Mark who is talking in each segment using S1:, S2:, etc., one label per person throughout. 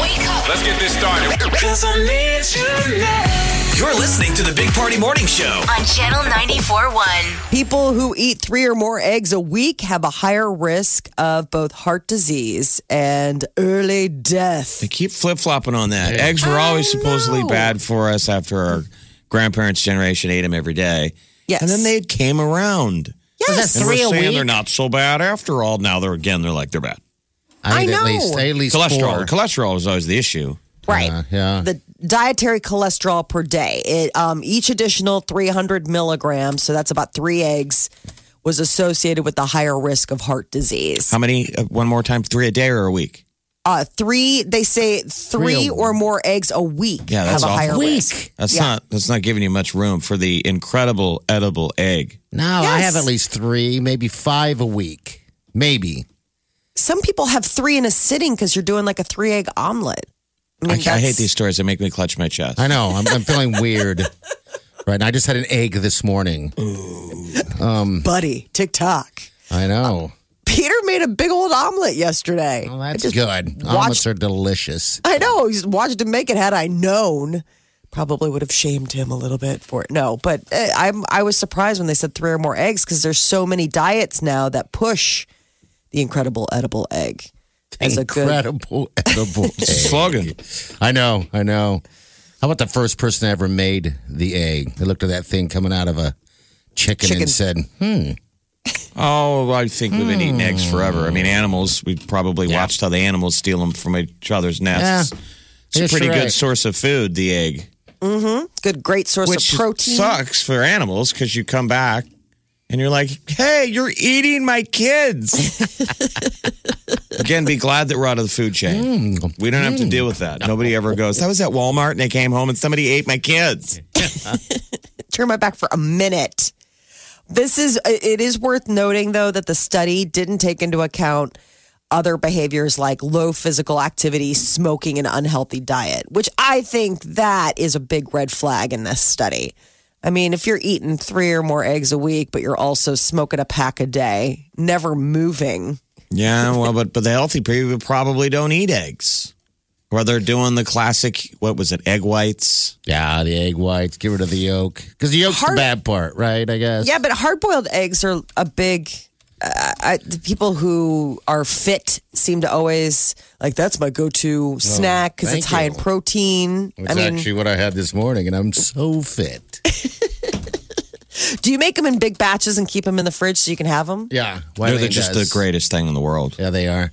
S1: Wake up.
S2: Let's get this started.
S3: You're listening to the Big Party Morning Show.
S1: On Channel 94.1.
S4: People who eat three or more eggs a week have a higher risk of both heart disease and early death.
S5: They keep flip flopping on that. Eggs were always
S4: Oh,
S5: supposedly
S4: know.
S5: bad for us after our grandparents' generation ate them every day.
S4: Yes.
S5: And then they came around.
S4: Yes.
S5: And
S6: Three a
S5: we're saying
S6: week?
S5: they're not so bad after all. Now they're again, they're like they're bad.
S4: I
S6: I, need
S4: know.
S6: at least at least
S5: Cholesterol.
S6: four.
S5: Cholesterol is always the issue.
S4: Right.
S6: Uh, yeah.
S4: the dietary cholesterol per day. It, um, each additional 300 milligrams, so that's about three eggs, was associated with a higher risk of heart disease.
S5: How many? Uh, one more time, three a day or a week?
S4: Uh, three, they say three
S6: Three a-
S4: or more eggs a week
S5: Yeah, that's
S4: have a
S5: awful.
S4: higher
S6: Week.
S4: risk.
S5: That's
S4: Yeah.
S5: not. That's not giving you much room for the incredible edible egg.
S6: no, I
S4: Yes.
S6: have at least three, maybe five a week. Maybe.
S4: Some people have three in a sitting because you're doing like a three egg omelet.
S5: I,
S4: mean,
S5: ca- I hate
S4: that's-
S5: these stories. They make me clutch my chest.
S6: I know. I'm, I'm feeling weird. Right. And I just had an egg this morning.
S4: Buddy, TikTok.
S6: I know.
S4: Peter made a big old omelet yesterday.
S6: Well,
S4: I
S6: that's
S4: just
S6: good.
S4: watched-
S6: Omelets are delicious.
S4: I know. He's watched him make it. Had I known, probably would have shamed him a little bit for it. No, but eh, I'm I was surprised when they said three or more eggs because there's so many diets now that push the incredible edible egg as a good.
S6: Incredible edible egg.
S5: Slogan.
S6: I know. I know. How about the first person that ever made the egg? They looked at that thing coming out of a chicken,
S4: Chicken.
S6: and said, hmm.
S5: Oh, I think we've been eating eggs forever. I mean, animals, we probably
S6: Yeah.
S5: watched how the animals steal them from each other's nests.
S6: Yeah.
S5: It's
S6: You're
S5: a pretty
S6: sure
S5: good
S6: right.
S5: source of food, the egg.
S4: Good, great source
S5: Which
S4: of protein.
S5: sucks for animals because you come back and you're like, hey, you're eating my kids. Again, be glad that we're out of the food chain.
S6: Hmm.
S5: We don't have to deal with that. Nobody ever goes, I was at Walmart and I came home and somebody ate my kids.
S4: turn my back for a minute. This is it is worth noting though that the study didn't take into account other behaviors like low physical activity, smoking an unhealthy diet, which I think that is a big red flag in this study. I mean, if you're eating 3 or more eggs a week but you're also smoking a pack a day, never moving.
S5: Yeah, well, but but the healthy people probably don't eat eggs, or they're doing the classic. What was it? Egg whites.
S6: Yeah, the egg whites. Get rid of the yolk. Because the yolk's
S4: Hard-
S6: the bad part, right? I guess.
S4: Yeah, but hard-boiled eggs are a big. Uh, I, the people who are fit seem to always like that's my go-to snack because it's
S6: Oh, thank
S4: high in
S6: you.
S4: protein.
S6: It's
S4: I mean,
S6: actually what I had this morning, and I'm so fit.
S4: do you make them in big batches and keep them in the fridge so you can have them?
S6: Yeah,
S5: They're the-
S6: Wylie
S5: just
S6: does.
S5: the greatest thing in the world.
S6: Yeah, they are.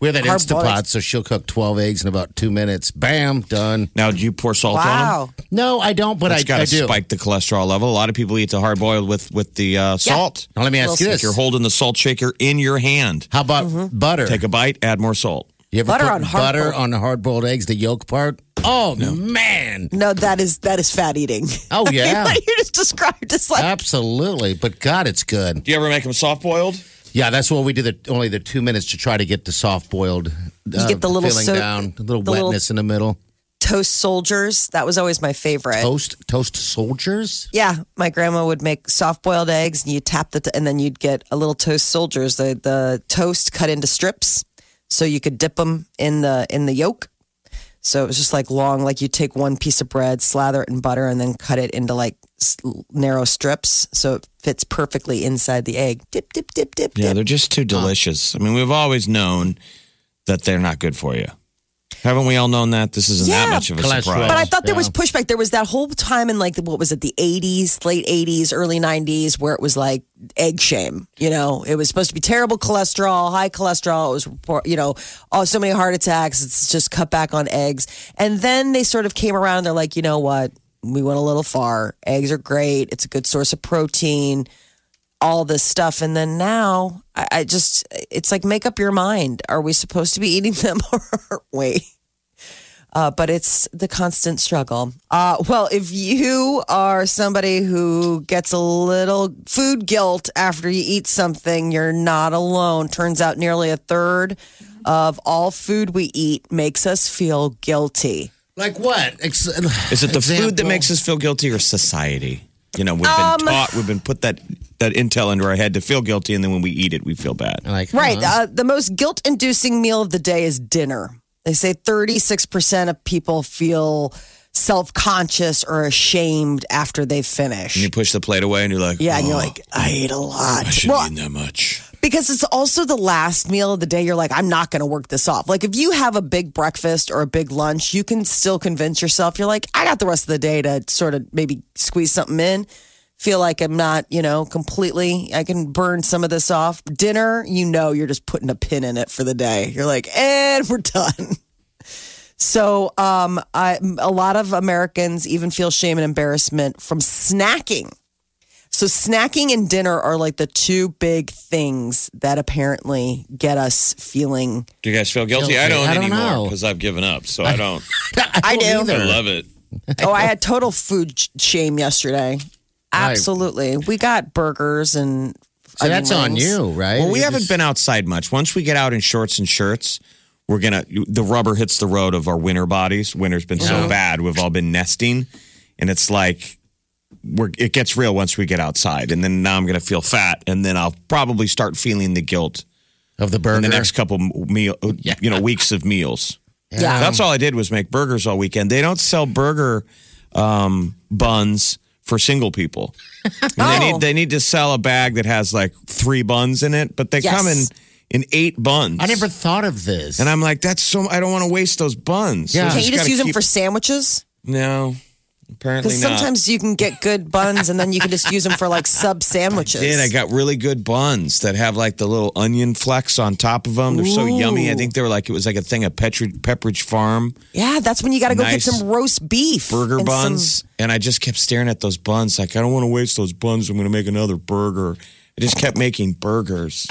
S6: We have that
S4: Hard boiled.
S6: Instapot, so she'll cook twelve eggs in about two minutes. Bam, done.
S5: Now, do you pour salt on
S4: Wow,
S5: them?
S6: No, I don't, but I,
S5: It's got
S6: I
S5: to
S6: do.
S5: spike the cholesterol level. A lot of people eat the hard boiled with with the uh, salt.
S6: Now let me ask you
S5: Like
S6: this:
S5: you're holding the salt shaker in your hand.
S6: How about butter?
S5: Take a bite, add more salt.
S6: you ever
S4: Mm-hmm. Butter
S6: put
S4: on hard
S6: butter
S4: boiled-
S6: on the hard-boiled eggs, the yolk part? Oh man!
S4: no, that is that is fat eating.
S6: Oh,
S4: I mean,
S6: yeah.
S4: what you just described is like
S6: Absolutely, but God, it's good.
S5: Do you ever make them soft boiled?
S6: Yeah, that's what we do. The only the two minutes to try to get the soft boiled. uh,
S4: You get the little
S6: filling
S4: soak-
S6: down, the little
S4: the little-
S6: wetness in the middle.
S4: toast soldiers. That was always my favorite.
S6: Toast, toast soldiers.
S4: Yeah, my grandma would make soft-boiled eggs, and you tap the, t- and then you'd get a little toast soldiers, the the toast cut into strips, so you could dip them in the in the yolk. So it was just like long, like you take one piece of bread, slather it in butter, and then cut it into like s- narrow strips, so it fits perfectly inside the egg. Dip, dip, dip, dip,
S5: Yeah,
S4: dip.
S5: they're just too delicious. I mean, we've always known that they're not good for you. Haven't we all known that? This isn't that
S4: Yeah.
S5: much of a
S6: Cholesterol.
S5: surprise.
S4: But I thought there
S6: Yeah.
S4: was pushback. There was that whole time in like the, what was it, the eighties, late eighties, early nineties, where it was like egg shame. You know, it was supposed to be terrible cholesterol, high cholesterol. It was report- you know, oh, so many heart attacks. It's just cut back on eggs. And then they sort of came around. And they're like, you know what? We went a little far. Eggs are great. It's a good source of protein. All this stuff, and then now I, I just—it's like make up your mind. Are we supposed to be eating them, or aren't we? Uh, but it's the constant struggle. Uh, well, if you are somebody who gets a little food guilt after you eat something, you're not alone. Turns out nearly a third of all food we eat makes us feel guilty.
S6: Like what? Ex-
S5: Is it the food that makes us feel guilty or society? You know, we've been
S6: Um,
S5: taught, we've been put that that intel into our head to feel guilty, and then when we eat it, we feel bad.
S6: Like,
S4: Right.
S6: huh?
S5: Uh-huh.
S4: Uh, the most guilt inducing meal of the day is dinner. They say 36% of people feel self conscious or ashamed after they finish.
S5: You push the plate away, and you're like,
S4: Yeah, and you're
S5: "Oh,
S4: like, I ate a lot.
S5: I shouldn't
S4: Well,
S5: eat that much.
S4: because it's also the last meal of the day. You're like, I'm not going to work this off. Like, if you have a big breakfast or a big lunch, you can still convince yourself, you're like, I got the rest of the day to sort of maybe squeeze something in, feel like I'm not, you know, completely, I can burn some of this off. Dinner, you know, you're just putting a pin in it for the day. You're like, and we're done. So, um, I, a lot of Americans even feel shame and embarrassment from snacking. So, snacking and dinner are like the two big things that apparently get us feeling.
S5: Do you guys feel guilty? I
S6: Guilty.
S5: don't,
S6: I don't
S5: anymore
S6: know.
S5: because I've given up. So I don't.
S4: I do.
S6: don't
S5: I
S6: either.
S5: love it.
S4: Oh, I had total food sh- shame yesterday.
S6: I-
S4: Absolutely. We got burgers and.
S6: So
S4: onion
S6: Uh, that's on
S4: rings.
S6: you, right?
S5: Well, we
S6: You
S5: haven't
S6: just-
S5: been outside much. Once we get out in shorts and shirts, we're gonna the rubber hits the road of our winter bodies. Winter's been so bad; we've all been nesting, and it's like we're it gets real once we get outside. And then now I'm gonna feel fat, and then I'll probably start feeling the guilt
S6: of the burger.
S5: in the next couple meal, you know, weeks of meals.
S4: Yeah.
S5: That's all I did was make burgers all weekend. They don't sell burger um, buns for single people. And they,
S4: Oh.
S5: need, they need to sell a bag that has like three buns in it, but they
S4: Yes.
S5: come in in eight buns.
S6: I never thought of this.
S5: And I'm like, that's so. I don't want to waste those buns.
S6: Yeah.
S5: So
S4: Can't you just
S5: gotta
S4: use them
S5: keep-
S4: for sandwiches?
S5: No, apparently
S4: Because
S5: not.
S4: sometimes you can get good buns and then you can just use them for like sub sandwiches.
S5: Did I got really good buns that have like the little onion flecks on top of them? They're so yummy. I think they were like it was like a thing at Petridge, Pepperidge Farm.
S4: yeah, that's when you got to go
S5: Nice
S4: get some roast beef.
S5: burger
S4: and some-
S5: buns, and I just kept staring at those buns. Like, I don't want to waste those buns. I'm going to make another burger. I just kept making burgers.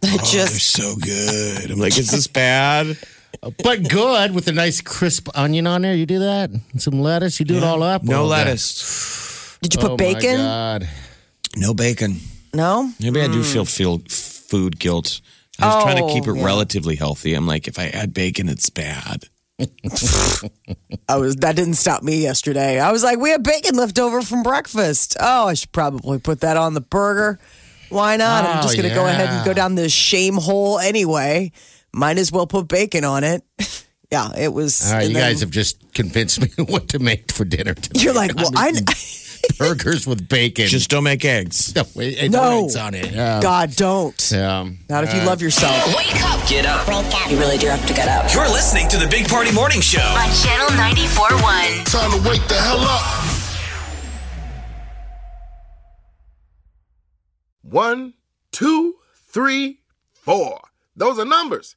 S4: that
S5: Oh,
S4: just
S5: So good. I'm like, is this bad?
S6: but good with a nice crisp onion on there. You do that, And some lettuce. You do it all up.
S5: No
S6: Oh,
S5: lettuce,
S4: Did you
S6: God.
S4: put
S6: Oh,
S4: bacon?
S6: My God.
S5: no bacon.
S4: No.
S5: Maybe I do feel, feel food guilt. I was trying to
S4: Mm. Oh,
S5: keep it
S4: yeah.
S5: relatively healthy. I'm like, if I add bacon, it's bad.
S4: I was that didn't stop me yesterday. I was like, we have bacon left over from breakfast. Oh, I should probably put that on the burger. Why not? I'm
S6: Oh,
S4: just gonna go ahead and
S6: yeah.
S4: go down this shame hole anyway. Might as well put bacon on it. yeah, it was.
S6: All right,
S4: and
S6: you
S4: then
S6: guys have just convinced me what to make for dinner today.
S4: You're like, well, I.
S6: burgers with bacon.
S5: Just don't make eggs.
S6: no, it, it
S4: No.
S6: no. on it. Um, Yeah.
S4: God, don't.
S6: Yeah.
S4: Not if you love yourself.
S1: Wake up.
S3: Get up.
S1: Wake up. You really do have to get up.
S3: You're listening to the Big Party Morning Show.
S1: On Channel 94.1.
S2: Time to wake the hell up. One, two, three, four. Those are numbers,